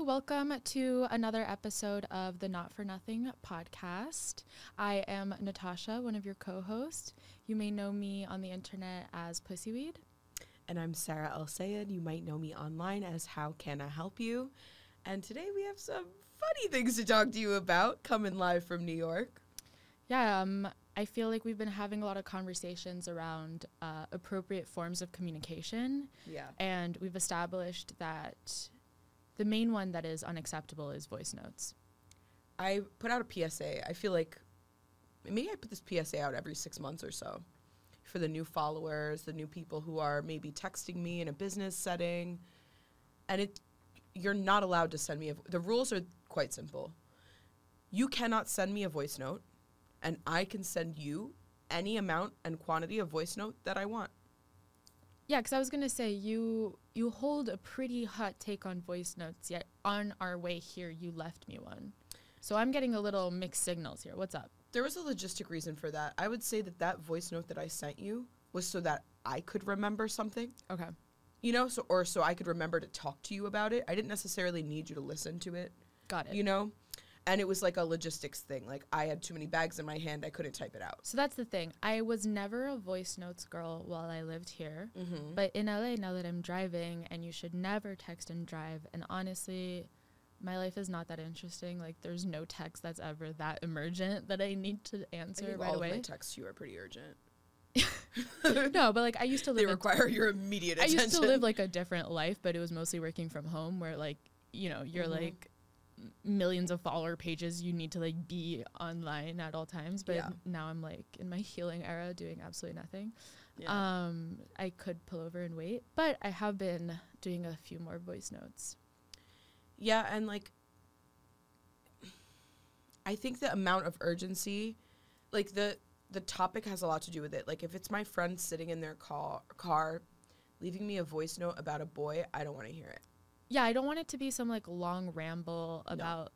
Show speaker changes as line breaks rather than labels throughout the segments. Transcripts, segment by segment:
welcome to another episode of the Not for Nothing podcast. I am Natasha, one of your co hosts. You may know me on the internet as Pussyweed.
And I'm Sarah El Sayed. You might know me online as How Can I Help You? And today we have some funny things to talk to you about coming live from New York.
Yeah, um, I feel like we've been having a lot of conversations around uh, appropriate forms of communication,
Yeah.
and we've established that the main one that is unacceptable is voice notes.
I put out a PSA. I feel like maybe I put this PSA out every six months or so for the new followers, the new people who are maybe texting me in a business setting. And it you're not allowed to send me a vo- the rules are quite simple. You cannot send me a voice note and I can send you any amount and quantity of voice note that I want.
Yeah, because I was gonna say you you hold a pretty hot take on voice notes. Yet on our way here, you left me one. So I'm getting a little mixed signals here. What's up?
There was a logistic reason for that. I would say that that voice note that I sent you was so that I could remember something.
Okay.
you know, so or so I could remember to talk to you about it. I didn't necessarily need you to listen to it,
Got it.
you know. And it was like a logistics thing. Like I had too many bags in my hand, I couldn't type it out.
so that's the thing. I was never a voice notes girl while I lived here.
Mm-hmm.
But in LA, now that I'm driving, and you should never text and drive. And honestly, my life is not that interesting. Like, there's no text that's ever that emergent that I need to
I
answer
think
right
all of
away.
my texts to you are pretty urgent.
no, but like, I used to
They
live in
require your immediate
I
attention.
used to live like a different life, but it was mostly working from home where like, you know, you're
Mhm.
like m- millions of follower pages you need to like be online at all times but
Yeah.
now i'm like in my healing era doing absolutely nothing
Yeah.
um i could pull over and wait but i have been doing a few more voice notes
Yeah, and like I think the amount of urgency, like the the topic has a lot to do with it. Like if it's my friend sitting in their car car leaving me a voice note about a boy, I don't want to hear it.
yeah i don't want it to be some like long ramble about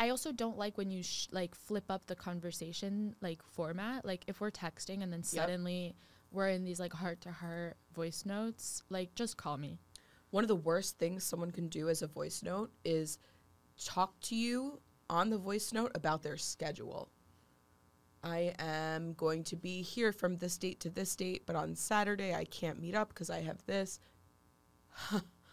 i also don't like when you sh- like flip up the conversation like format like if we're texting and then suddenly we're in these like heart to heart voice notes like just call me
one of the worst things someone can do as a voice note is talk to you on the voice note about their schedule. I am going to be here from this date to this date, but on Saturday I can't meet up because I have this.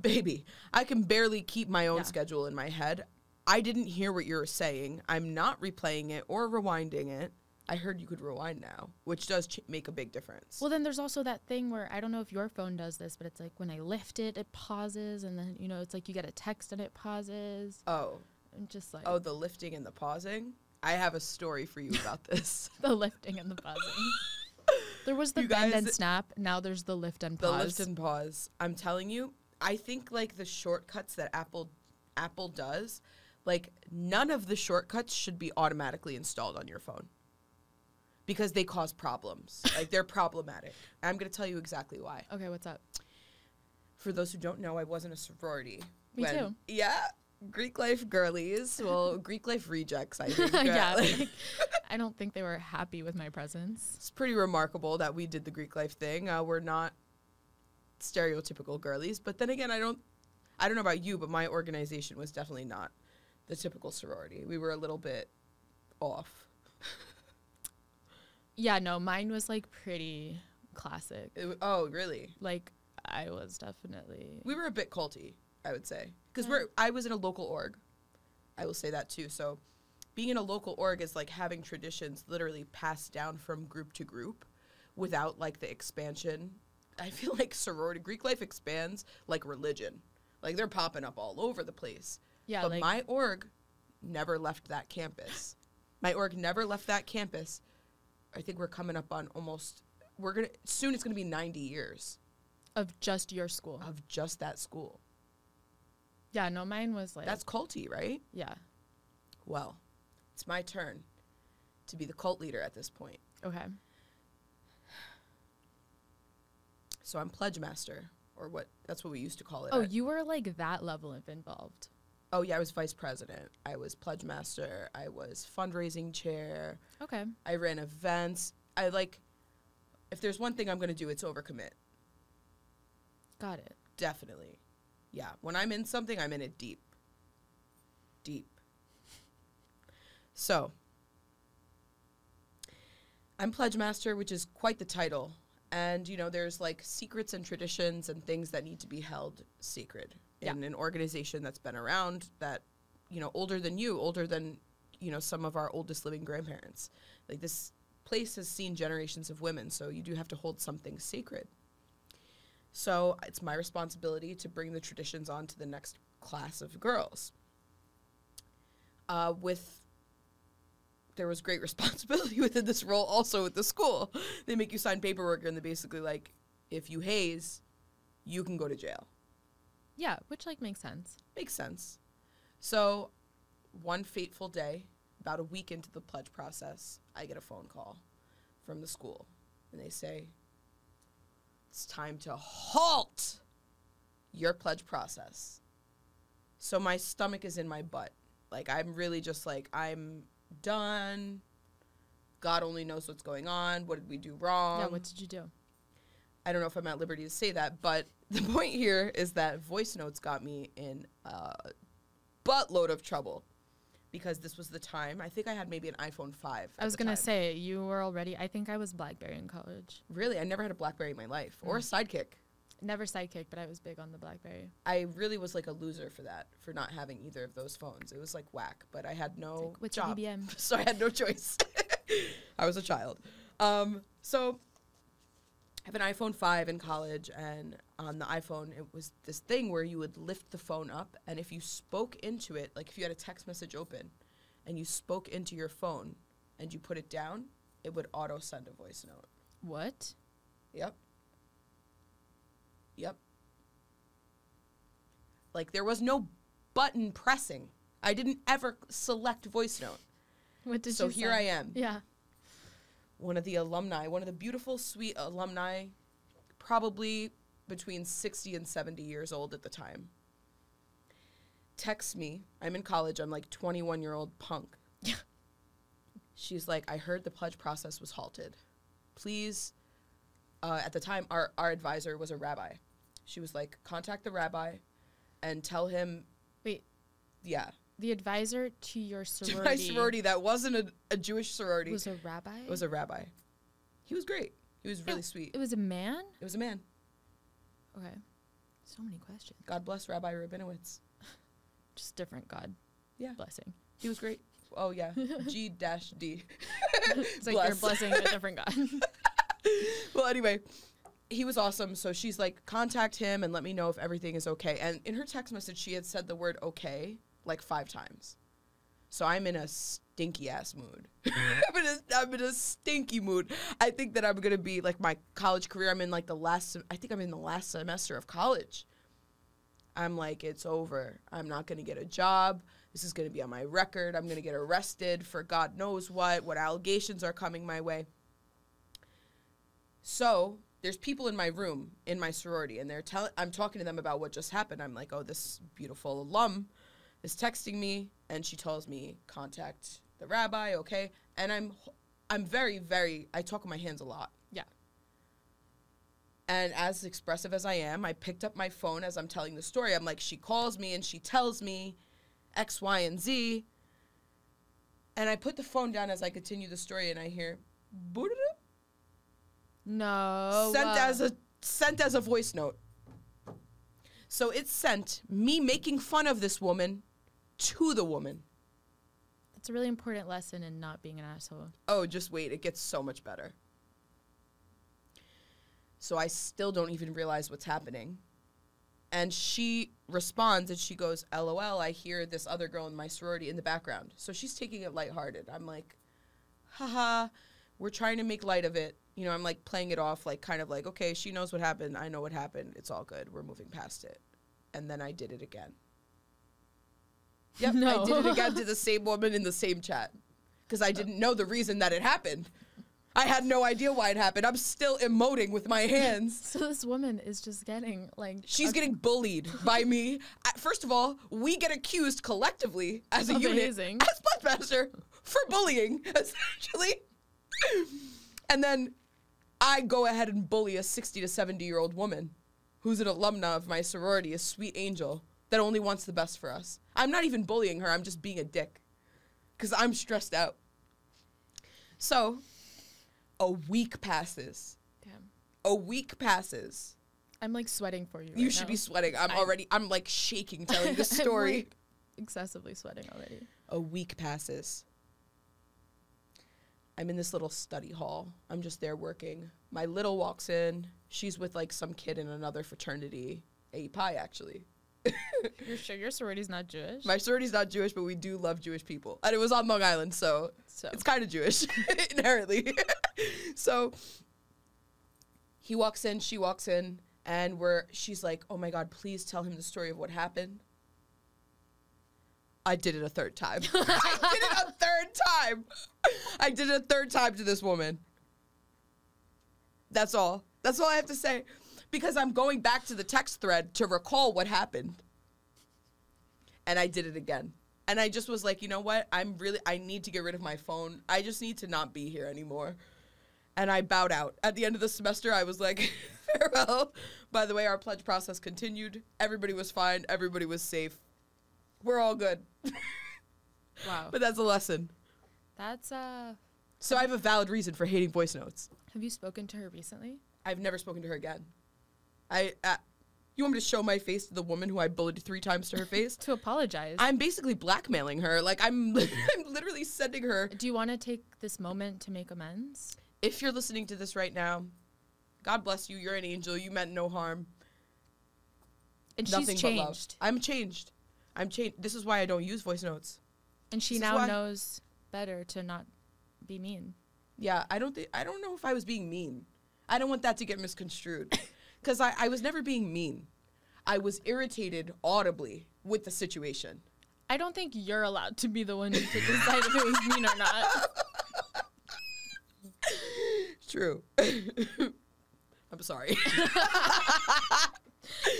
Baby, I can barely keep my own
Yeah.
schedule in my head. I didn't hear what you were saying. I'm not replaying it or rewinding it. I heard you could rewind now, which does ch- make a big difference.
well then there's also that thing where i don't know if your phone does this but it's like when i lift it it pauses and then you know it's like you get a text and it pauses
oh,
i'm just like
Oh, the lifting and the pausing. I have a story for you about this.
the lifting and the pausing there was the
You
bend
guys-
and snap now there's the lift and
the
pause
lift and pause. I'm telling you, I think like the shortcuts that Apple Apple does, like none of the shortcuts should be automatically installed on your phone. Because they cause problems. Like they're problematic. I'm going to tell you exactly why.
okay what's up
For those who don't know, I was in a sorority.
Me too.
Yeah. Greek life girlies. Well, Greek life rejects, I think.
yeah,
Like-
like, I don't think they were happy with my presence.
it's pretty remarkable that we did the Greek life thing. Uh, we're not stereotypical girlies, but then again, I don't, I don't know about you, but my organization was definitely not the typical sorority. We were a little bit off.
Yeah, no, mine was like pretty classic.
It w- oh, really?
Like I was definitely
We were a bit culty, I would say, because
Yeah.
we're. I was in a local org. I will say that too. So, being in a local org is like having traditions literally passed down from group to group, without like the expansion. I feel like sorority Greek life expands like religion, like they're popping up all over the place.
yeah,
but
like
my org never left that campus. my org never left that campus. I think we're coming up on almost. We're gonna soon. It's gonna be ninety years
of just your school.
of just that school.
yeah, no, mine was like
That's culty, right?
yeah.
Well, it's my turn to be the cult leader at this point.
Okay.
So I'm pledge master, or what? That's what we used to call it.
Oh,
at-
you were like that level of involved.
oh yeah, I was vice president. I was pledge master. I was fundraising chair.
Okay.
I ran events. I like. If there's one thing I'm gonna do, it's overcommit.
Got it.
Definitely. Yeah. When I'm in something, I'm in it deep. deep. So, I'm Pledge Master, which is quite the title. And, you know, there's like secrets and traditions and things that need to be held sacred
Yeah.
in an organization that's been around that, you know, older than you, older than, you know, some of our oldest living grandparents. Like this place has seen generations of women, so you do have to hold something sacred. So it's my responsibility to bring the traditions on to the next class of girls. Uh, with there was great responsibility within this role also with the school. They make you sign paperwork and they're basically like, if you haze, you can go to jail.
Yeah, which like makes sense.
Makes sense. So one fateful day, about a week into the pledge process, I get a phone call from the school and they say, it's time to halt your pledge process. So my stomach is in my butt. Like I'm really just like I'm done. God only knows what's going on. What did we do wrong?
yeah, what did you do?
I don't know if I'm at liberty to say that, but the point here is that voice notes got me in a buttload of trouble because this was the time. I think I had maybe an iPhone 5.
I
at
was
the
gonna
time.
say you were already. I think I was BlackBerry in college.
Really, I never had a Blackberry in my life or a
Mm.
sidekick.
Never sidekick, but I was big on the BlackBerry.
I really was like a loser for that, for not having either of those phones. It was like whack, but I had no
like, what's a
job,
BBM?
so I had no choice. I was a child. Um, so I have an iPhone 5 in college, and on the iPhone, it was this thing where you would lift the phone up, and if you spoke into it, like if you had a text message open, and you spoke into your phone, and you put it down, it would auto send a voice note.
What?
Yep. Yep. Like there was no button pressing. I didn't ever select voice note.
What did
so
you?
here I
send?
am,
Yeah.
one of the alumni, one of the beautiful, sweet alumni, probably between 60 and 70 years old at the time. Texts me. I'm in college. I'm like 21 year old punk.
Yeah.
She's like, I heard the pledge process was halted. Please, uh, at the time, our, our advisor was a rabbi. She was like, contact the rabbi and tell him,
Wait,
yeah,
the advisor to your
to
sorority,
my sorority that wasn't a, a Jewish sorority
was a rabbi.
was a rabbi. He was great. He was really sweet.
It was a man.
It was a man.
Okay. So many questions.
God bless Rabbi Rabinowitz.
Just different God.
Yeah.
Blessing.
He was great. Oh yeah, G dash D.
It's like you're blessing a different God.
Well, anyway, he was awesome. So she's like, contact him and let me know if everything is okay. And in her text message, she had said the word okay like five times. So I'm in a stinky ass mood. I'm, in a, I'm in a stinky mood. I think that I'm gonna be like my college career. I'm in like the last. sem- I think I'm in the last semester of college. I'm like, it's over. I'm not gonna get a job. This is gonna be on my record. I'm gonna get arrested for God knows what. What allegations are coming my way? So there's people in my room in my sorority, and they're telling. I'm talking to them about what just happened. I'm like, oh, this beautiful alum is texting me, and she tells me contact the rabbi, okay? And I'm, I'm very, very. I talk with my hands a lot.
yeah.
And as expressive as I am, I picked up my phone as I'm telling the story. I'm like, she calls me and she tells me X, Y, and Z. And I put the phone down as I continue the story and I hear, "Boop-a-doop,"
No.
sent as a sent as a voice note. So it sent me making fun of this woman to the woman.
That's a really important lesson in not being an asshole.
Oh, just wait, it gets so much better. So I still don't even realize what's happening. And she responds and she goes, LOL, I hear this other girl in my sorority in the background. So she's taking it lighthearted. I'm like, haha, we're trying to make light of it. You know, I'm like playing it off, like kind of like, okay, she knows what happened. I know what happened. It's all good. We're moving past it. And then I did it again. Yep, I did it
No.
again to the same woman in the same chat because I didn't know the reason that it happened. I had no idea why it happened. I'm still emoting with my hands.
So this woman is just getting like
She's getting bullied by me. Uh, First of all, we get accused collectively as a
Amazing.
unit, as Bloodmaster, for bullying, essentially. and then I go ahead and bully a 60 to 70 year old woman who's an alumna of my sorority, a sweet angel, that only wants the best for us. I'm not even bullying her, I'm just being a dick because I'm stressed out. So a week passes.
Damn.
A week passes.
I'm like sweating for you.
You
right
should
now.
be sweating. I'm
I-
already, I'm like shaking telling this
I'm,
story.
like, excessively sweating already.
A week passes. I'm in this little study hall. I'm just there working. My little walks in. She's with like some kid in another fraternity, A Pi actually.
You're sure your sorority's not Jewish?
My sorority's not Jewish, but we do love Jewish people. And it was on Long Island, so
so
it's kind of Jewish inherently. so he walks in, she walks in, and we're she's like, "Oh my god, please tell him the story of what happened." I did it a third time. I did it a third time. I did it a third time to this woman. That's all. That's all I have to say because I'm going back to the text thread to recall what happened and I did it again. And I just was like, you know what? I'm really I need to get rid of my phone. I just need to not be here anymore. And I bowed out. At the end of the semester, I was like, farewell. By the way, our pledge process continued. Everybody was fine. Everybody was safe. We're all good.
wow.
But that's a lesson.
That's uh.
So I have a valid reason for hating voice notes.
Have you spoken to her recently?
I've never spoken to her again. I uh, you want me to show my face to the woman who I bullied three times to her face?
To apologize.
I'm basically blackmailing her. Like I'm I'm literally sending her
Do you want to take this moment to make amends?
if you're listening to this right now, God bless you. You're an angel. You meant no harm.
And
Nothing
she's
but love.
changed,
I'm changed. I'm changed. This is why I don't use voice notes.
and she
This is
now
why-
knows better to not be mean.
Yeah, I don't think I don't know if I was being mean. I don't want that to get misconstrued, because I, I was never being mean. I was irritated audibly with the situation.
I don't think you're allowed to be the one to decide if it was mean or not.
True. I'm sorry.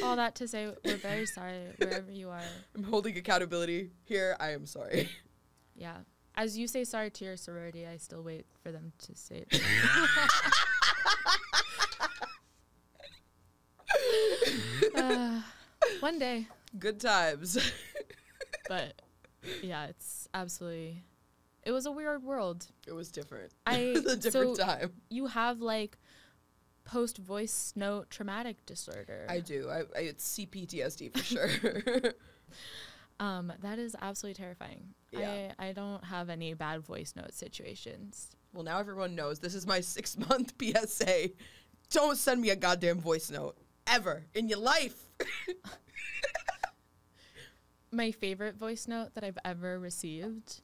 All that to say, we're very sorry wherever you are.
I'm holding accountability here. I am sorry.
Yeah. As you say sorry to your sorority, I still wait for them to say it. Uh, one day.
Good times.
But yeah, it's absolutely. It was a weird world.
it was different.
I-
it was a different
so-
time.
You have like post voice note traumatic disorder.
I do. I, I it's CPTSD for sure.
Um, that is absolutely terrifying.
Yeah.
I, I don't have any bad voice note situations.
well, now everyone knows this is my six month PSA. Don't send me a goddamn voice note ever in your life.
My favorite voice note that I've ever received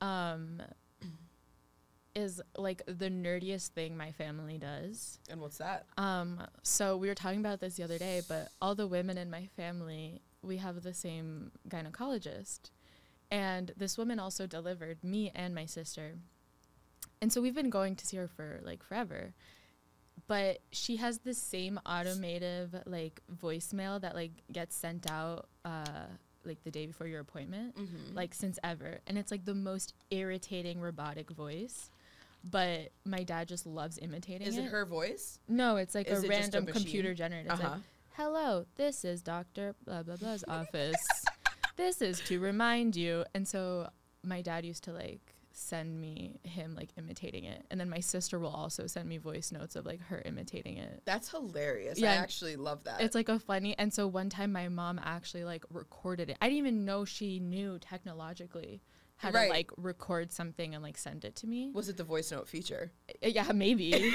um, is like the nerdiest thing my family does.
and what's that?
Um, so we were talking about this the other day, but all the women in my family, we have the same gynecologist. And this woman also delivered me and my sister. And so we've been going to see her for like forever. But she has the same automated like voicemail that like gets sent out uh, like the day before your appointment,
Mm-hmm.
like since ever. And it's like the most irritating robotic voice. But my dad just loves imitating
Is
it.
it her voice?
No, it's like
Is
a
it just a
random
machine?
computer generated. It's
Uh-huh.
like, hello, this is Dr. Blah, blah, blah's office. This is to remind you. And so my dad used to like send me him like imitating it. And then my sister will also send me voice notes of like her imitating it.
That's hilarious.
Yeah,
I
and-
actually love that.
It's like a funny. And so one time my mom actually like recorded it. I didn't even know she knew technologically how
Right.
to like record something and like send it to me.
was it the voice note feature?
Uh, Yeah, maybe.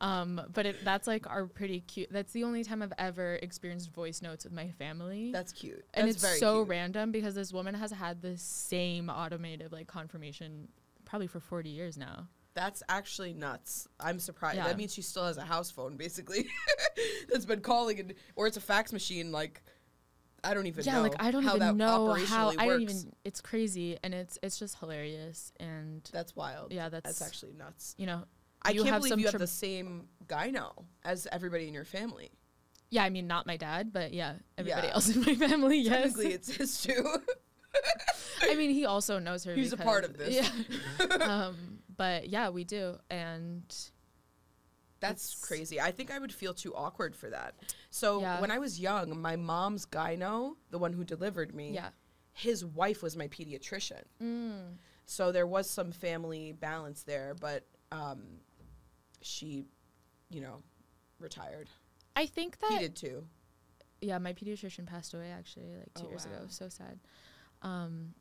um, but it, that's like our pretty cute. That's the only time I've ever experienced voice notes with my family.
That's cute.
and
That's
it's
very
so
cute.
random because this woman has had the same automated like confirmation probably for 40 years now.
That's actually nuts. I'm surprised.
Yeah.
That means she still has a house phone, basically, that's been calling, and, or it's a fax machine. Like, I don't even
yeah,
know.
like I don't
how that
even know how
operationally
I don't
works.
even it's crazy and it's it's just hilarious and
That's wild.
Yeah,
that's
that's-
actually nuts.
you know
I
you
can't
have
believe
some
you have
tra-
the same gyno as everybody in your family.
yeah, I mean not my dad, but yeah, everybody
Yeah.
else in my family, yes.
Technically, it's his too.
I mean, he also knows her.
He's a part
because-
of this.
Yeah. um, but yeah, we do, and
That's
It's-
crazy. I think I would feel too awkward for that. So
Yeah.
when I was young, my mom's gyno, the one who delivered me,
Yeah.
his wife was my pediatrician.
Mm.
So there was some family balance there, but um, she, you know, retired.
I think
he
that
did too.
yeah, my pediatrician passed away actually like two
Oh,
years ago.
wow.
So sad. Um,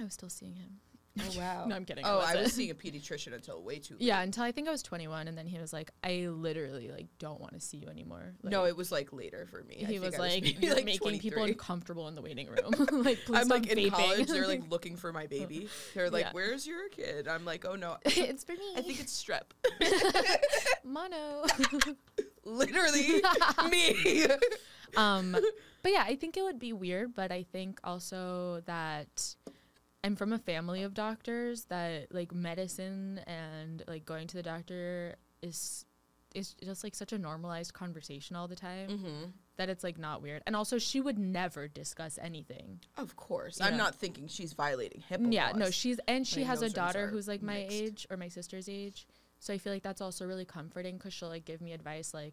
I was still seeing him.
Oh wow.
No, I'm kidding.
oh, I
wasn't.
was seeing a pediatrician until way too. Late.
yeah, until I think I was 21, and then he was like, "I literally like don't want to see you anymore." Like,
no, it was like later for me. I
he
think
was
I
like,
maybe,
"You're making people
23.
uncomfortable in the waiting room." like, please
I'm like
stop
in
vaping.
college. They're like looking for my baby. They're like,
Yeah.
"Where's your kid?" I'm like, "Oh no,
it's for me.
I think it's strep."
mono.
Literally me.
um, but yeah, I think it would be weird, but I think also that I'm from a family of doctors that like medicine and like going to the doctor is is just like such a normalized conversation all the time
Mm.
that it's like not weird. And also, she would never discuss anything.
Of course,
You
I'm
know.
not thinking she's violating HIPAA.
yeah, no,
laws.
she's and she
think
has a
those things
daughter
are
who's like my
mixed.
age or my sister's age, so I feel like that's also really comforting because she'll like give me advice like,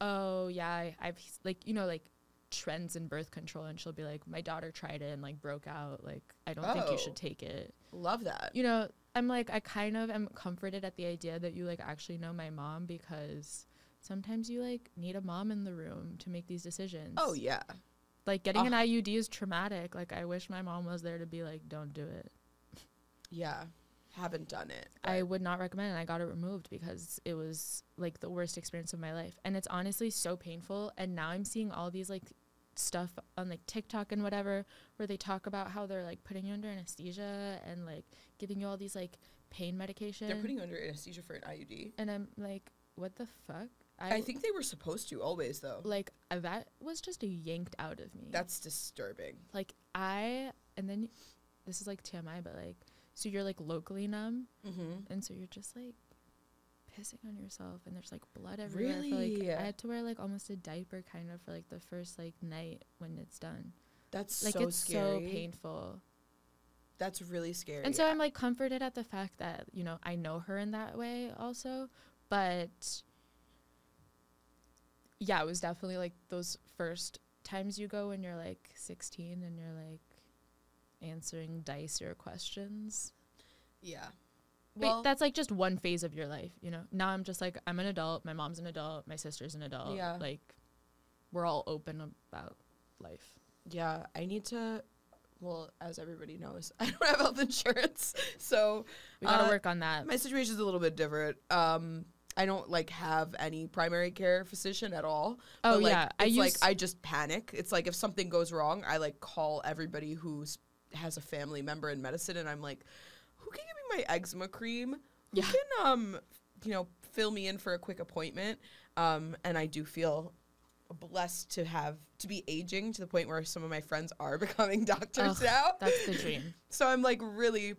oh yeah, I, I've s- like you know like trends in birth control, and she'll be like, my daughter tried it and like broke out, like I don't think you
Oh.
should take it.
love that.
You know, I'm like I kind of am comforted at the idea that you like actually know my mom because. Sometimes you like need a mom in the room to make these decisions.
Oh yeah,
Like getting
Uh,
an IUD is traumatic. Like I wish my mom was there to be like, don't do it.
yeah. Haven't done it.
I
but
would not recommend it. I got it removed because it was like the worst experience of my life. And it's honestly so painful. And now I'm seeing all these like stuff on like TikTok and whatever where they talk about how they're like putting you under anesthesia and like giving you all these like pain medication.
they're putting you under anesthesia for an IUD.
and I'm like, what the fuck?
I think they were supposed to always though.
like uh, that was just yanked out of me.
That's disturbing.
like I and then this is like TMI, but like so you're like locally numb
Mm-hmm.
and so you're just like pissing on yourself and there's like blood everywhere for,
Really?
like i had to wear like almost a diaper kind of for like the first like night when it's done
That's
like
so
it's
scary.
so painful
That's really scary.
and so i'm like comforted at the fact that you know i know her in that way also but yeah it was definitely like those first times you go when you're like 16 and you're like answering dice or questions
yeah.
But
Well,
that's like just one phase of your life, you know. Now I'm just like I'm an adult. My mom's an adult. My sister's an adult.
Yeah.
Like, we're all open about life.
yeah, I need to. Well, as everybody knows, I don't have health insurance, so
We gotta
Uh,
work on that.
my situation's a little bit different. Um, I don't like have any primary care physician at all.
Oh,
like,
yeah, I
it's like
used-
I just panic. It's like if something goes wrong, I like call everybody who's has a family member in medicine, and I'm like, who can give me my eczema cream? Who
Yeah.
can um, you know, fill me in for a quick appointment? Um, and I do feel blessed to have to be aging to the point where some of my friends are becoming doctors
Ugh,
now.
That's the dream.
So I'm like really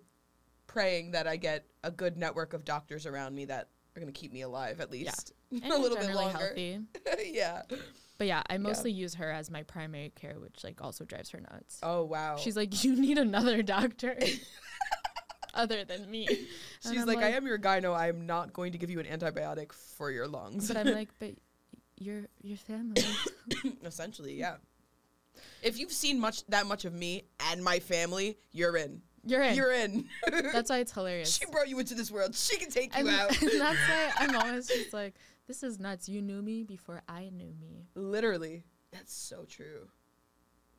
praying that I get a good network of doctors around me that are going to keep me alive at least
And
a
I'm
little bit
generally
longer.
Healthy.
yeah.
But yeah, I mostly use her as my primary care, which like also drives her nuts.
Oh wow.
She's like, you need another doctor. Other than me, And
she's
I'm
like, I am your gyno. I am not going to give you an antibiotic for your lungs.
But I'm like, but your your family.
Essentially, yeah. If you've seen much that much of me and my family, you're in.
You're in.
You're in.
that's why it's hilarious.
she brought you into this world. She can take you
and,
out.
and that's why I'm always just like, this is nuts. You knew me before I knew me.
Literally. That's so true.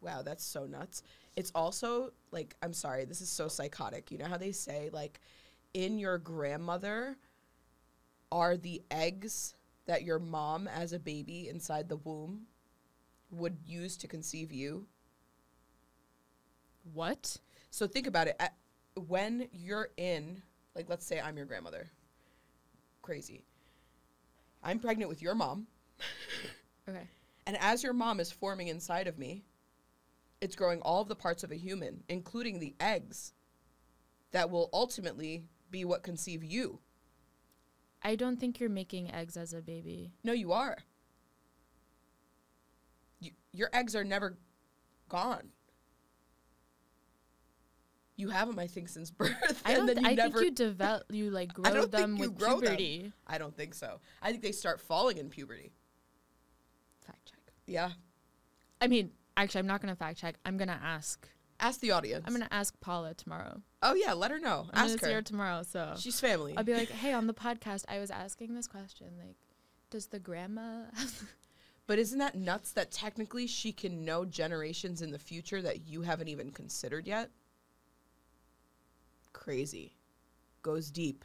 Wow, that's so nuts. It's also like, I'm sorry, this is so psychotic. You know how they say, like, in your grandmother are the eggs that your mom as a baby inside the womb would use to conceive you?
What?
So think about it. At, when you're in, like, let's say I'm your grandmother. Crazy. I'm pregnant with your mom.
Okay.
And as your mom is forming inside of me, it's growing all of the parts of a human, including the eggs that will ultimately be what conceive you.
I don't think you're making eggs as a baby.
No, you are. You, your eggs are never gone. You have them, I think, since birth.
I don't.
and then
th-
you
I
never,
think you develop. You like
I
grow
don't
them
think you
with
grow
puberty.
them. I don't think so. I think they start falling in puberty.
Fact check.
Yeah.
I mean, actually, I'm not gonna fact check. I'm gonna ask.
Ask the audience.
I'm gonna ask Paula tomorrow.
oh yeah, let her know.
I'm
Ask
gonna see her
her.
tomorrow. So
She's family.
I'll be like, hey, on the podcast, I was asking this question. Like, does the grandma?
But isn't that nuts that technically she can know generations in the future that you haven't even considered yet? Crazy. Goes deep.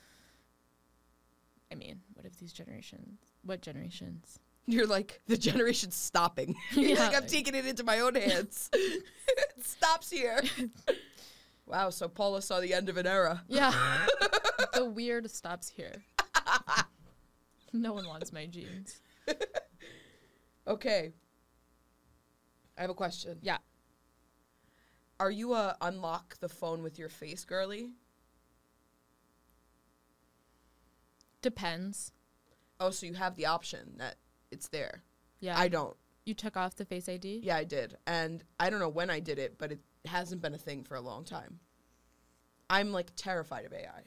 I mean, what if these generations? What generations?
You're like, the generation's stopping. You're like,
Yeah.
I'm taking it into my own hands. it stops here. wow, so Paula saw the end of an era.
Yeah. the weird stops here. no one wants my jeans.
Okay. I have a question.
Yeah.
Are you a unlock the phone with your face girly?
Depends.
Oh, so you have the option that it's there.
Yeah.
I don't.
you took off the face ID?
Yeah, I did. And I don't know when I did it, but it hasn't been a thing for a long time. I'm like terrified of AI.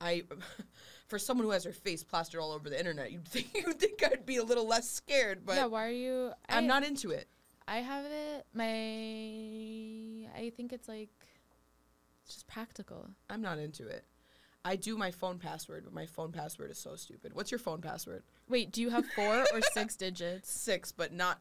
I for someone who has her face plastered all over the internet, you'd think you'd think I'd be a little less scared, but
yeah, why are you
I'm
I-
not into it.
I have it my I think it's like it's just practical.
I'm not into it. I do my phone password, but my phone password is so stupid. What's your phone password?
Wait, do you have four or six digits?
Six, but not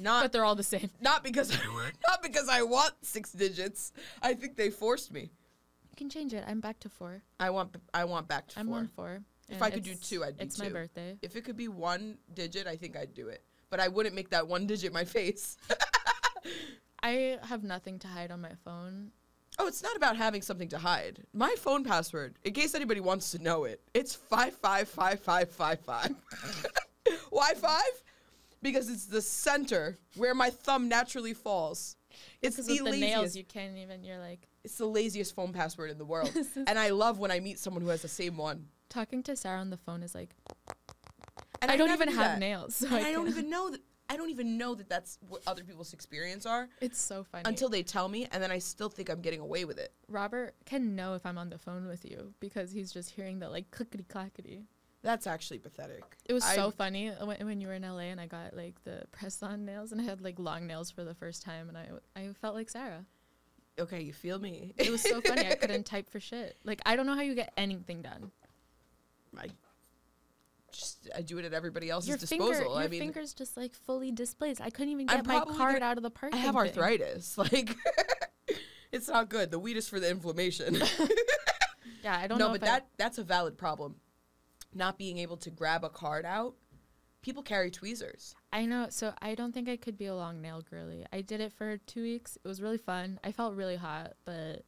not
But they're all the same.
not because I want not because I want six digits. I think they forced me.
You can change it. I'm back to four.
I want I want back to
I'm
four.
on four.
If
and
I could do
it's-
two, I'd do
It's my
two.
birthday.
If it could be one digit, I think I'd do it. But I wouldn't make that one digit my face.
I have nothing to hide on my phone.
oh, it's not about having something to hide. My phone password, in case anybody wants to know it, it's five five five five five five. Why five? Because it's the center where my thumb naturally falls. It's the,
Because with the
laziest.
nails, you can't even. You're like
it's the laziest phone password in the world, and I love when I meet someone who has the same one.
talking to Sarah on the phone is like
And
I, don't
never
even
do
have
that.
nails. So
And I don't
can't-
even know that. I don't even know that that's what other people's experience are
It's so funny.
until they tell me, and then I still think I'm getting away with it.
Robert can know if I'm on the phone with you because he's just hearing the like clickety clackety.
That's actually pathetic.
It was
I-
so funny when, when you were in LA and I got like the press on nails and I had like long nails for the first time and I I felt like Sarah.
okay. You feel me?
It was so funny. I couldn't type for shit. Like I don't know how you get anything done.
I just I do it at everybody else's
your
disposal.
finger, your
I mean,
fingers just like fully displaced. I couldn't even
I'm
get my
probably
card
gonna-
out of the parking.
I have
thing.
arthritis. Like, it's not good. The weed is for the inflammation.
Yeah, I don't
no,
know.
but
if I-
that that's a valid problem. Not being able to grab a card out. People carry tweezers.
I know. So I don't think I could be a long nail girly. I did it for two weeks. It was really fun. I felt really hot, but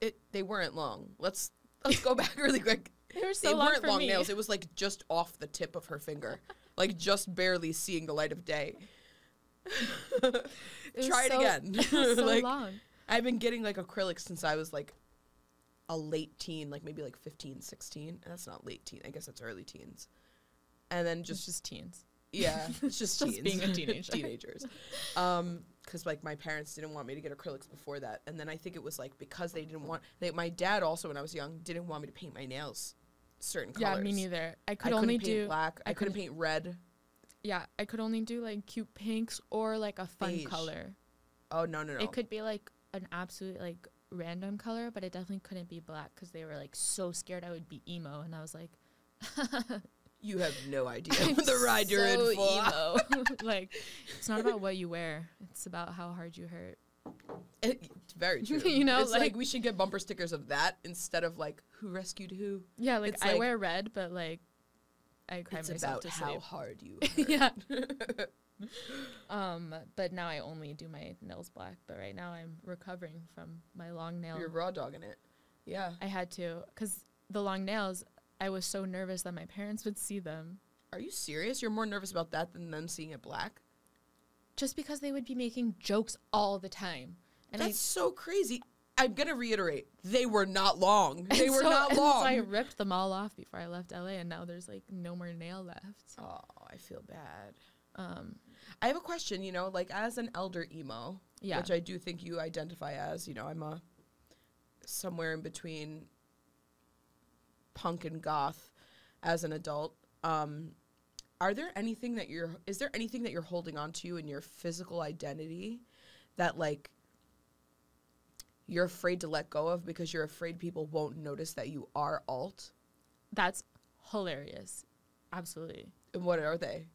It they weren't long. Let's let's go back really quick.
they were so
they
long
weren't
for
long
me.
nails. It was like just off the tip of her finger, like just barely seeing the light of day.
It was
Try it
so-
again.
it was so
Like-
long.
I've been getting like acrylics since I was like a late teen, like maybe like 15, 16. That's not late teen. I guess that's early teens. And then
Just just
just,
teens.
yeah, it's just,
just
teens.
being a teenager.
teenagers. Um, because like my parents didn't want me to get acrylics before that, and then I think it was like because they didn't want. They, my dad also, when I was young, didn't want me to paint my nails certain
Yeah,
colors.
me neither. I
I
could
couldn't
only
paint
do
black. I,
I
couldn't, paint red.
yeah. I could only do like cute pinks or like a fun
Beige.
color.
Oh no no no!
It could be like an absolute like random color, but it definitely couldn't be black because they were like so scared I would be emo, and I was like,
you have no idea
I'm
the ride you're in
so
for.
emo. like, it's not about what you wear; it's about how hard you hurt.
It's very true.
You know,
it's like,
like-
we should get bumper stickers of that instead of like who rescued who.
Yeah, like
It's
I
like-
wear red, but like I cry
it's
myself
about
to
how
sleep.
hard you.
yeah. um, but now I only do my nails black. But right now I'm recovering from my long nail.
You're raw dogging it. Yeah.
I had to because the long nails. I was so nervous that my parents would see them,
Are you serious? You're more nervous about that than them seeing it black.
just because they would be making jokes all the time. And
That's so crazy. I'm gonna reiterate. They were not long.
I,
They
and
were
so-
not
and so I
long.
ripped them all off before I left LA, and now there's like no more nail left.
Oh, I feel bad.
Um,
I have a question, you know, like as an elder emo,
Yeah.
which I do think you identify as, you know, I'm a somewhere in between punk and goth as an adult. Um, are there anything that you're is there anything that you're holding on to in your physical identity that like you're afraid to let go of because you're afraid people won't notice that you are alt?
that's hilarious. Absolutely.
And what are they?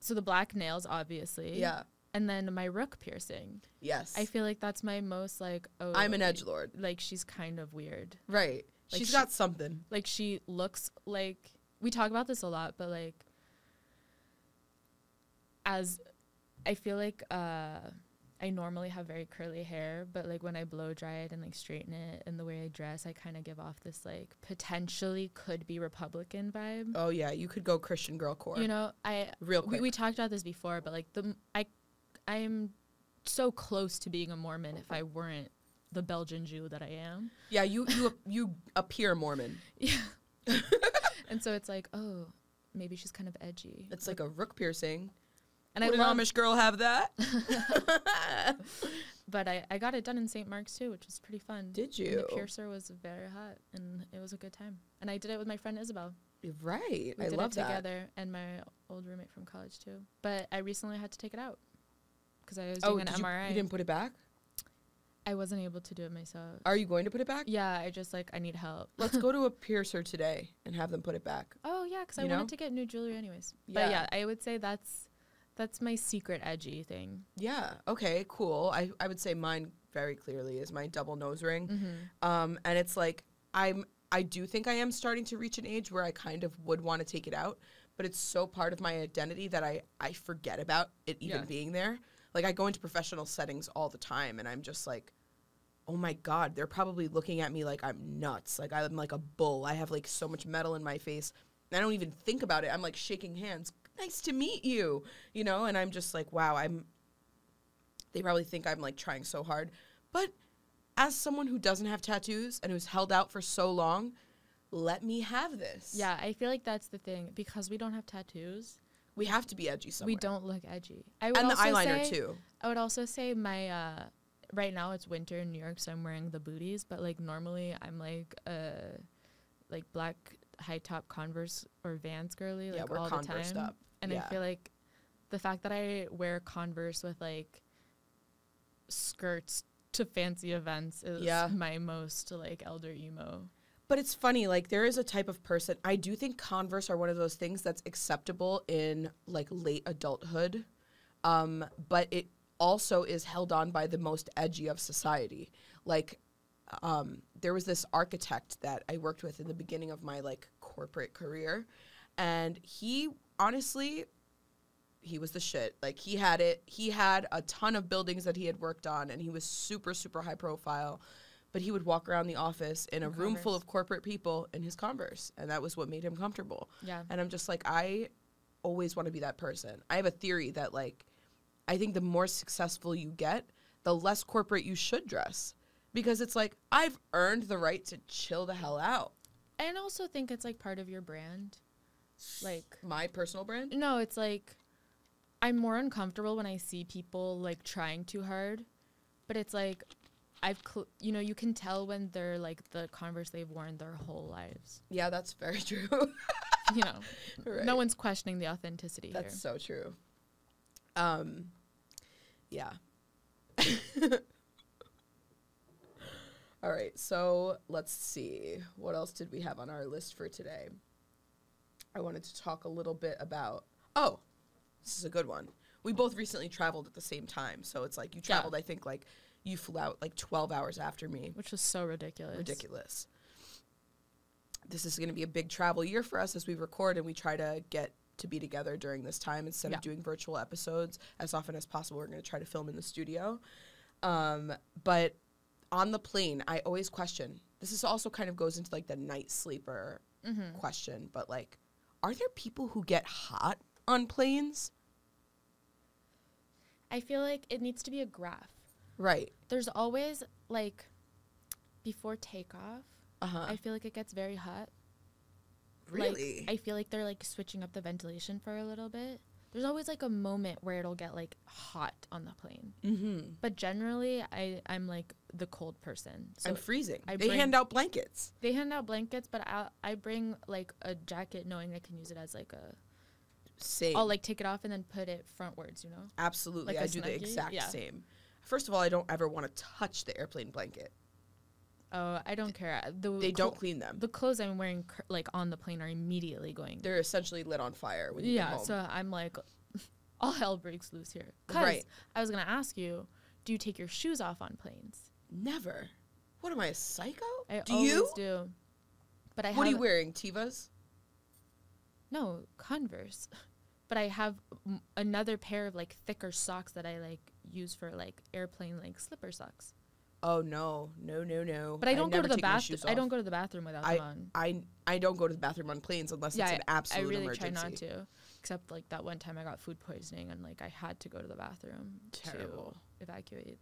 So the black nails, obviously.
Yeah.
And then my rook piercing.
Yes.
I feel like that's my most like. Oh,
I'm an edge lord.
Like she's kind of weird.
Right.
Like
She's
she-
got something.
Like she looks like we talk about this a lot, but like as I feel like uh I normally have very curly hair, but like when I blow dry it and like straighten it and the way I dress, I kind of give off this like potentially could be Republican vibe.
Oh yeah, you could go Christian girl core.
You know, I
real
we,
quick.
we talked about this before, but like the m- I I am so close to being a Mormon if I weren't the Belgian Jew that I am.
yeah, you you you appear Mormon.
Yeah. and so it's like, oh, maybe she's kind of edgy.
It's like a rook piercing.
And I
Would
love,
an Amish girl have that?
but I, I got it done in St. Mark's too, which was pretty fun.
Did
And
you?
the piercer was very hot, and it was a good time. And I did it with my friend Isabel.
Right.
We
I
did
love
it
that.
together, and my old roommate from college too. But I recently had to take it out because I was
Oh,
doing an
did you,
MRI.
you didn't put it back?
I wasn't able to do it myself.
Are you going to put it back?
Yeah, I just like I need help.
Let's go to a piercer today and have them put it back.
Oh yeah, because I
You know?
wanted to get new jewelry anyways.
Yeah.
But yeah, I would say that's that's my secret edgy thing.
Yeah. Okay. Cool. I, I would say mine very clearly is my double nose ring, um, and it's like I'm I do think I am starting to reach an age where I kind of would want to take it out, but it's so part of my identity that I I forget about it even
Yeah.
being there. Like I go into professional settings all the time, and I'm just like, oh my god, they're probably looking at me like I'm nuts. Like I'm like a bull. I have like so much metal in my face. I don't even think about it. I'm like shaking hands. Nice to meet you. You know, and I'm just like, wow, I'm they probably think I'm like trying so hard. But as someone who doesn't have tattoos and who's held out for so long, let me have this.
Yeah, I feel like that's the thing because we don't have tattoos,
We have to be edgy somewhere.
we don't look edgy. I would
And the
also
eyeliner
say-
too.
I would also say my uh, right now it's winter in New York, so I'm wearing the booties. But like normally I'm like uh like black high top Converse or Vans girly
Yeah,
like
we're
all
Conversed
the time.
up.
And
Yeah.
I feel like the fact that I wear Converse with like skirts to fancy events is
Yeah.
my most like elder emo.
But it's funny, like there is a type of person. I do think Converse are one of those things that's acceptable in like late adulthood, um, but it also is held on by the most edgy of society. Like um, there was this architect that I worked with in the beginning of my like corporate career, and he honestly he was the shit. Like he had it. He had a ton of buildings that he had worked on, and he was super, super high profile. But he would walk around the office in a room full
Converse.
of corporate people in his Converse, and that was what made him comfortable.
Yeah.
And I'm just like, I always want to be that person. I have a theory that like, I think the more successful you get, the less corporate you should dress, because it's like I've earned the right to chill the hell out.
And also think it's like part of your brand. Like
My personal brand.
No, it's like I'm more uncomfortable when I see people like trying too hard, but it's like I've cl- you know you can tell when they're like the Converse they've worn their whole lives.
Yeah, that's very true.
You know,
Right.
no one's questioning the authenticity
That's
here.
so true. Um, yeah. All right, so let's see. What else did we have on our list for today? I wanted to talk a little bit about. Oh, this is a good one. We both recently traveled at the same time. So it's like you
Yeah.
traveled, I think, like you flew out like 12 hours after me.
Which was so ridiculous.
Ridiculous. This is going to be a big travel year for us as we record and we try to get to be together during this time instead
Yeah.
of doing virtual episodes as often as possible. We're going to try to film in the studio. Um, but on the plane, I always question. This is also kind of goes into like the night sleeper
Mm-hmm.
question, but like, are there people who get hot on planes?
I feel like it needs to be a graph.
Right.
There's always like before takeoff.
Uh huh.
I feel like it gets very hot. Like,
Really?
I feel like they're like switching up the ventilation for a little bit. there's always like a moment where it'll get like hot on the plane.
Mm-hmm.
But generally, I I'm like the cold person. So
I'm freezing.
I
they
bring-
hand out blankets.
they hand out blankets, but I I bring like a jacket knowing I can use it as like a
Same.
I'll like take it off and then put it frontwards. You know.
Absolutely.
like
I
a
do the
snuggie?
exact
Yeah.
same. First of all, I don't ever want to touch the airplane blanket.
Oh, I don't care. Uh, The
They don't
clo-
clean them.
The clothes I'm wearing cur- like on the plane are immediately going.
They're essentially lit on fire when you get
Yeah,
home.
so I'm like, all hell breaks loose here. 'Cause
Right.
I was gonna ask you, do you take your shoes off on planes?
Never. What am I, a psycho?
I
do
always
you?
do. But I
What are
have
you wearing? Tivas?
no Converse, but I have m- another pair of like thicker socks that I like use for like airplane like slipper socks.
Oh no, no, no, no.
But I don't go to
never
the
take my
bathroom.
shoes
I
off.
don't go to the bathroom without
I-
them on.
I I don't go to the bathroom on planes unless
yeah,
it's an
I-
absolute
I really
emergency.
try not to. Except like that one time I got food poisoning and like I had to go to the bathroom
Terrible.
to evacuate.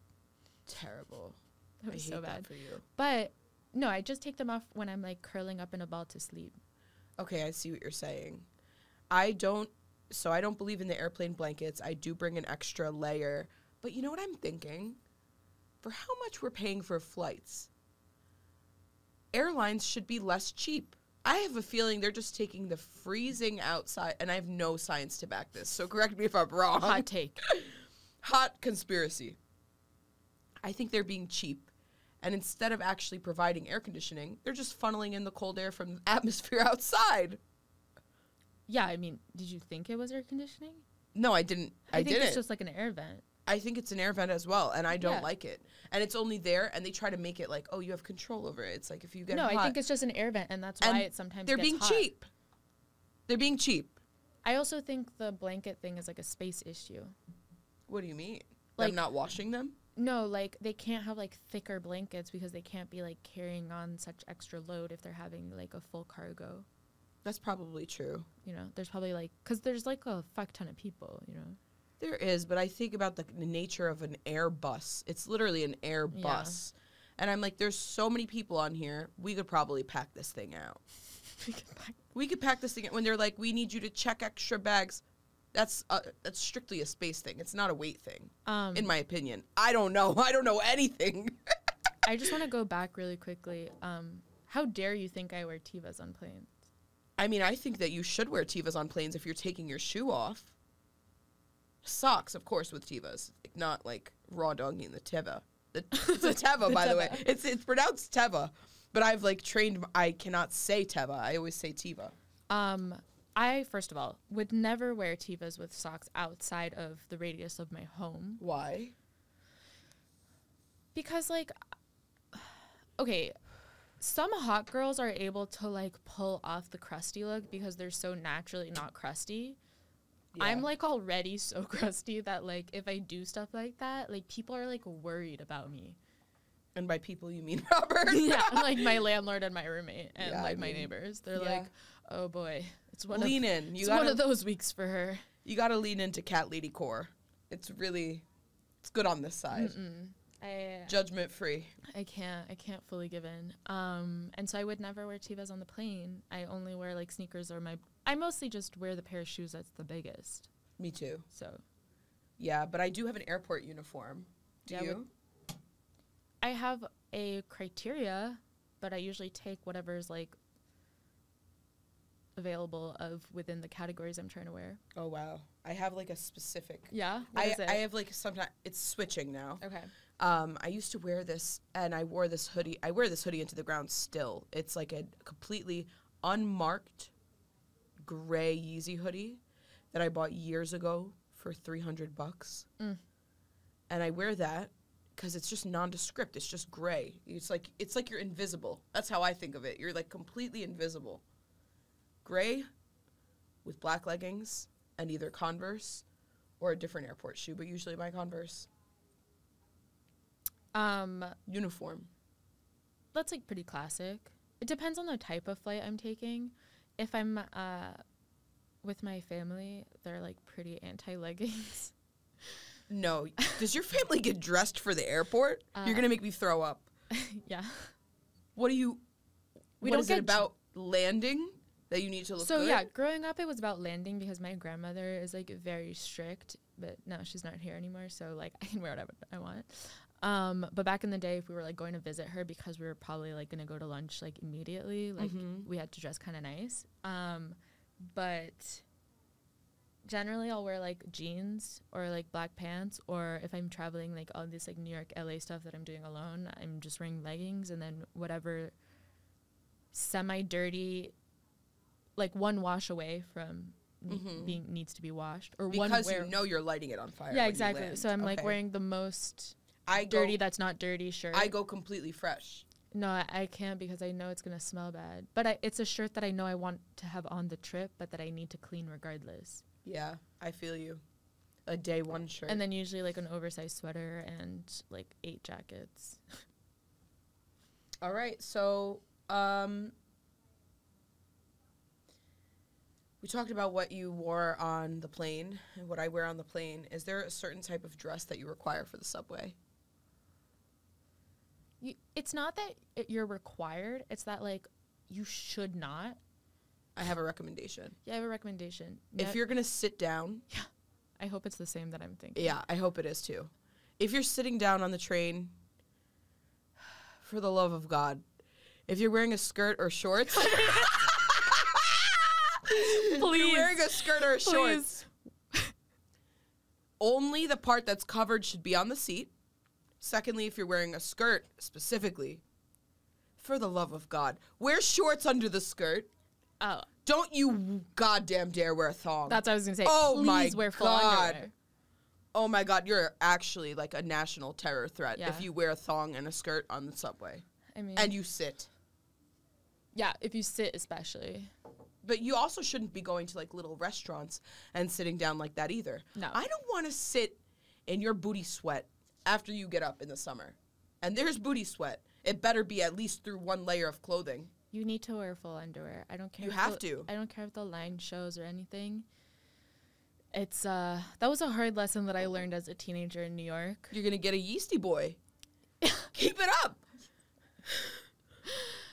Terrible.
That was
I hate
so bad.
that for you.
But no, I just take them off when I'm like curling up in a ball to sleep.
Okay, I see what you're saying. I don't so I don't believe in the airplane blankets. I do bring an extra layer. But you know what I'm thinking? For how much we're paying for flights, airlines should be less cheap. I have a feeling they're just taking the freezing outside and I have no science to back this. So correct me if I'm wrong.
Hot take.
hot conspiracy. I think they're being cheap. And instead of actually providing air conditioning, they're just funneling in the cold air from the atmosphere outside.
Yeah, I mean, did you think it was air conditioning?
No, I didn't. I,
think
didn't.
it's just like an air vent.
I think it's an air vent as well, and I don't
Yeah.
like it. And it's only there, and they try to make it like, oh, you have control over it. It's like if you get
no,
hot,
I think it's just an air vent, and that's
And
why it sometimes
they're
gets
being
hot.
cheap. They're being cheap.
I also think the blanket thing is like a space issue.
What do you mean? Like,
Like-
them not washing them?
No, like they can't have like thicker blankets because they can't be like carrying on such extra load if they're having like a full cargo.
That's probably true.
You know, there's probably like because there's like a fuck ton of people. You know,
There is, but I think about the, the nature of an Airbus. It's literally an Airbus. bus, And I'm like, there's so many people on here. We could probably pack this thing out. We could pack this thing out when they're like, we need you to check extra bags. That's uh that's strictly a space thing. It's not a weight thing,
um,
in my opinion. I don't know. I don't know anything.
I just want to go back really quickly. Um, how dare you think I wear tivas on planes?
I mean, I think that you should wear tivas on planes if you're taking your shoe off. Socks, of course, with tivas, like, not like raw dogging the teva. The, it's a teva, by the way.
teva.
It's it's pronounced teva, but I've like trained. I cannot say teva. I always say tiva.
Um, I first of all would never wear tivas with socks outside of the radius of my home
Why?
because, like, okay, some hot girls are able to like pull off the crusty look because they're so naturally not crusty. I'm
Yeah.
like already so crusty that like if I do stuff like that, like people are like worried about me.
and by people you mean Robert?
yeah, like my landlord and my roommate and
Yeah, I
like my
mean,
neighbors. They're
yeah.
like, oh boy, it's one
lean
of
in. You
it's
gotta
one of those weeks for her.
you gotta lean into cat lady core. It's really it's good on this side.
I
Judgment free.
I can't I can't fully give in. Um, and so I would never wear Tevas on the plane. I only wear like sneakers or my I mostly just wear the pair of shoes that's the biggest.
Me too.
So
Yeah, but I do have an airport uniform. Do
Yeah, I
you?
would- I have a criteria, but I usually take whatever's like available of within the categories I'm trying to wear.
Oh wow. I have like a specific
Yeah. What
I,
is it?
I have like sometimes it's switching now.
okay.
Um, I used to wear this and I wore this hoodie. I wear this hoodie into the ground still. It's like a completely unmarked gray Yeezy hoodie that I bought years ago for 300 bucks.
Mm.
And I wear that cuz it's just nondescript. It's just gray. It's like it's like you're invisible. That's how I think of it. You're like completely invisible. Gray with black leggings and either Converse or a different airport shoe, but usually my Converse
Um,
uniform.
that's like pretty classic. It depends on the type of flight I'm taking. If I'm uh, with my family, they're like pretty anti leggings.
No. Does your family get dressed for the airport? You're
Uh,
gonna make me throw up.
yeah.
What do you?
We
what
don't
is it
get-
about landing? that you need to look
so
good?
yeah, growing up it was about landing because my grandmother is like very strict, but now she's not here anymore, so like I can wear whatever I want. Um, but back in the day, if we were like going to visit her because we were probably like gonna go to lunch like immediately, like
Mhm.
we had to dress kind of nice. Um, but generally, I'll wear like jeans or like black pants, or if I'm traveling, like all this like New York, LA stuff that I'm doing alone, I'm just wearing leggings and then whatever semi dirty, like one wash away from n-
Mhm.
being needs to be washed or one
because
wear.
you know you're lighting it on fire. when
yeah,
you
exactly.
land.
So I'm like
Okay.
wearing the most
I go,
dirty that's not dirty shirt.
I go completely fresh.
No, I, I can't because I know it's gonna smell bad. But I, it's a shirt that I know I want to have on the trip, but that I need to clean regardless.
Yeah, I feel you. A day one shirt.
And then usually like an oversized sweater and like eight jackets.
All right, so um, we talked about what you wore on the plane and what I wear on the plane. Is there a certain type of dress that you require for the subway?
You, it's not that it, you're required. It's that like you should not.
I have a recommendation.
Yeah, I have a recommendation.
If
Ne-
you're gonna sit down,
I hope it's the same that I'm thinking.
yeah, I hope it is too. If you're sitting down on the train, for the love of God, if you're wearing a skirt or shorts, if you're
Please.
wearing a skirt or
Please.
shorts. only the part that's covered should be on the seat. Secondly, if you're wearing a skirt specifically, for the love of God, wear shorts under the skirt.
Oh,
Don't you goddamn dare wear a thong.
that's what I was gonna say.
Oh
Please
my
wear full
God.
underwear.
oh my God, you're actually like a national terror threat
Yeah.
if you wear a thong and a skirt on the subway
I mean,
and you sit.
yeah, if you sit especially.
But you also shouldn't be going to like little restaurants and sitting down like that either.
No.
I don't want to sit in your booty sweat after you get up in the summer. And there's booty sweat. It better be at least through one layer of clothing.
You need to wear full underwear. I don't care.
You
if
have
the-
to.
I don't care if the line shows or anything. It's uh that was a hard lesson that I learned as a teenager in New York.
You're gonna get a yeasty boy. Keep it up.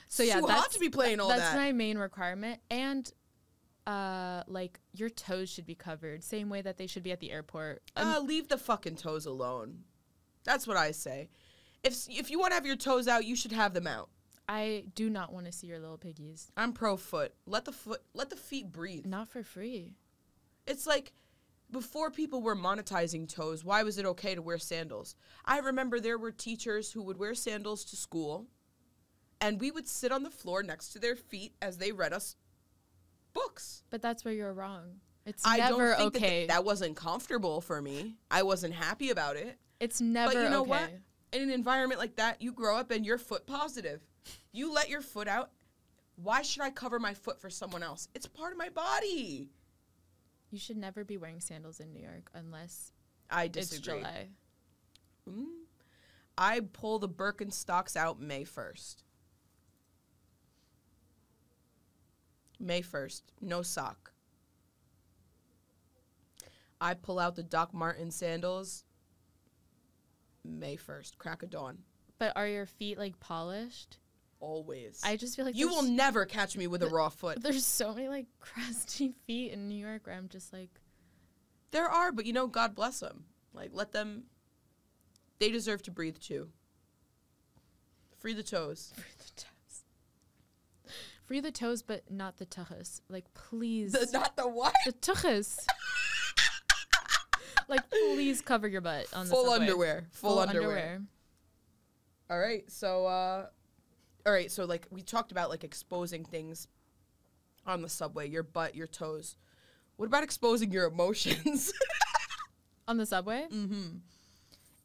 So yeah,
too
that's
hot to be playing all
that's
that.
my main requirement and uh like your toes should be covered same way that they should be at the airport.
uh, leave the fucking toes alone. That's what I say. If s- if you want to have your toes out, you should have them out.
I do not want to see your little piggies.
I'm pro foot. Let the foot let the feet breathe.
Not for free.
It's like before people were monetizing toes, why was it okay to wear sandals? I remember there were teachers who would wear sandals to school and we would sit on the floor next to their feet as they read us books.
But that's where you're wrong. It's
I
never
don't think that
okay.
th- that wasn't comfortable for me. I wasn't happy about it.
it's never
but you know
okay.
what? In an environment like that, you grow up and you're foot positive. You let your foot out. Why should I cover my foot for someone else? It's part of my body.
You should never be wearing sandals in New York unless
I
it's
disagree.
July.
Mm. I pull the Birkenstocks out May 1st. May 1st, no sock. I pull out the Doc Martin sandals May 1st, crack of dawn.
But are your feet like polished?
Always.
I just feel like
you
there's,
will never catch me with a raw foot.
There's so many like crusty feet in New York where I'm just like,
There are, but you know, God bless them. Like, let them, they deserve to breathe too. Free the toes.
free the toes, free the toes, but not the tuchus. Like please,
The,
the,
not the what?
tuchus. like please cover your butt on
full
the subway.
underwear. Full, underwear. All right. So uh all right, so like we talked about like exposing things on the subway, your butt, your toes. What about exposing your emotions?
on the subway.
mm-hmm.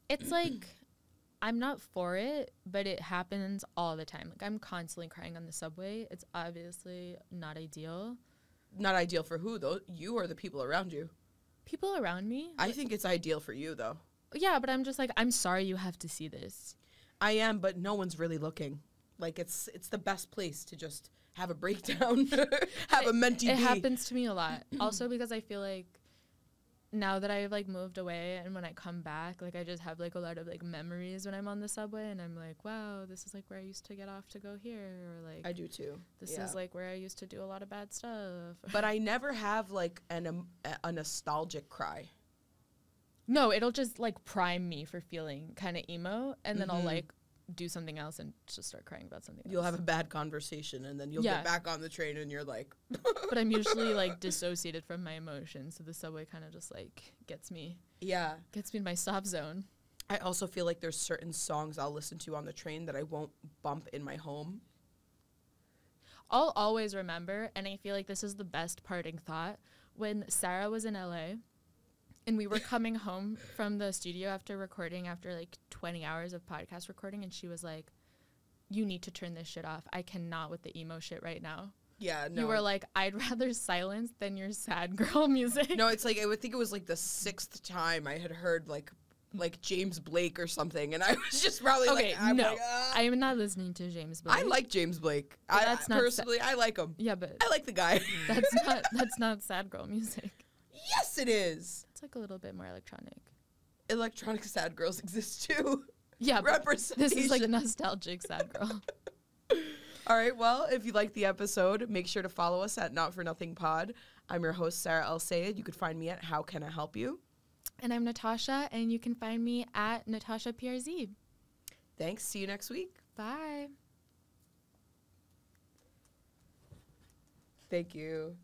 It's like. I'm not for it, but it happens all the time. Like I'm constantly crying on the subway. It's obviously not ideal.
Not ideal for who though? You or the people around you?
People around me,
I think it's ideal for you though.
Yeah, but I'm just like, I'm sorry you have to see this.
I am, but no one's really looking. Like it's it's the best place to just have a breakdown, have a mentee.
It happens to me a lot. also because I feel like now that I've like moved away and when I come back, like I just have like a lot of like memories when I'm on the subway and I'm like, wow, this is like where I used to get off to go here or like
I do too.
this
yeah.
is like where I used to do a lot of bad stuff.
but I never have like an um, a- a nostalgic cry.
No, it'll just like prime me for feeling kind of emo and then I'll like do something else and just start crying about something
You'll
else.
have a bad conversation and then you'll
Yeah.
get back on the train and you're like,
but I'm usually like dissociated from my emotions, so the subway kind of just like gets me
yeah.
gets me in my stop zone.
I also feel like there's certain songs I'll listen to on the train that I won't bump in my home.
I'll always remember, and I feel like this is the best parting thought. When Sarah was in LA and we were coming home from the studio after recording, after like 20 hours of podcast recording, and she was like, You need to turn this shit off. I cannot with the emo shit right now.
Yeah, no.
You were like, I'd rather silence than your sad girl music.
no, it's like I would think it was like the sixth time I had heard like like James Blake or something, and I was just probably
okay,
like, I'm
no.
like, "Ah."
I am not listening to James Blake.
I like James Blake. I,
that's
I
not sa-
personally I like him.
Yeah, but
I like the guy.
that's not that's not sad girl music.
yes, it is.
It's like a little bit more electronic.
Electronic sad girls exist too.
Yeah, but this
Representation.
is like nostalgic sad girl.
All right. Well, if you liked the episode, make sure to follow us at Not for Nothing Pod. I'm your host Sarah El Sayed. You could find me at How Can I Help You.
And I'm Natasha, and you can find me at Natasha PRZ.
Thanks. See you next week.
Bye.
Thank you.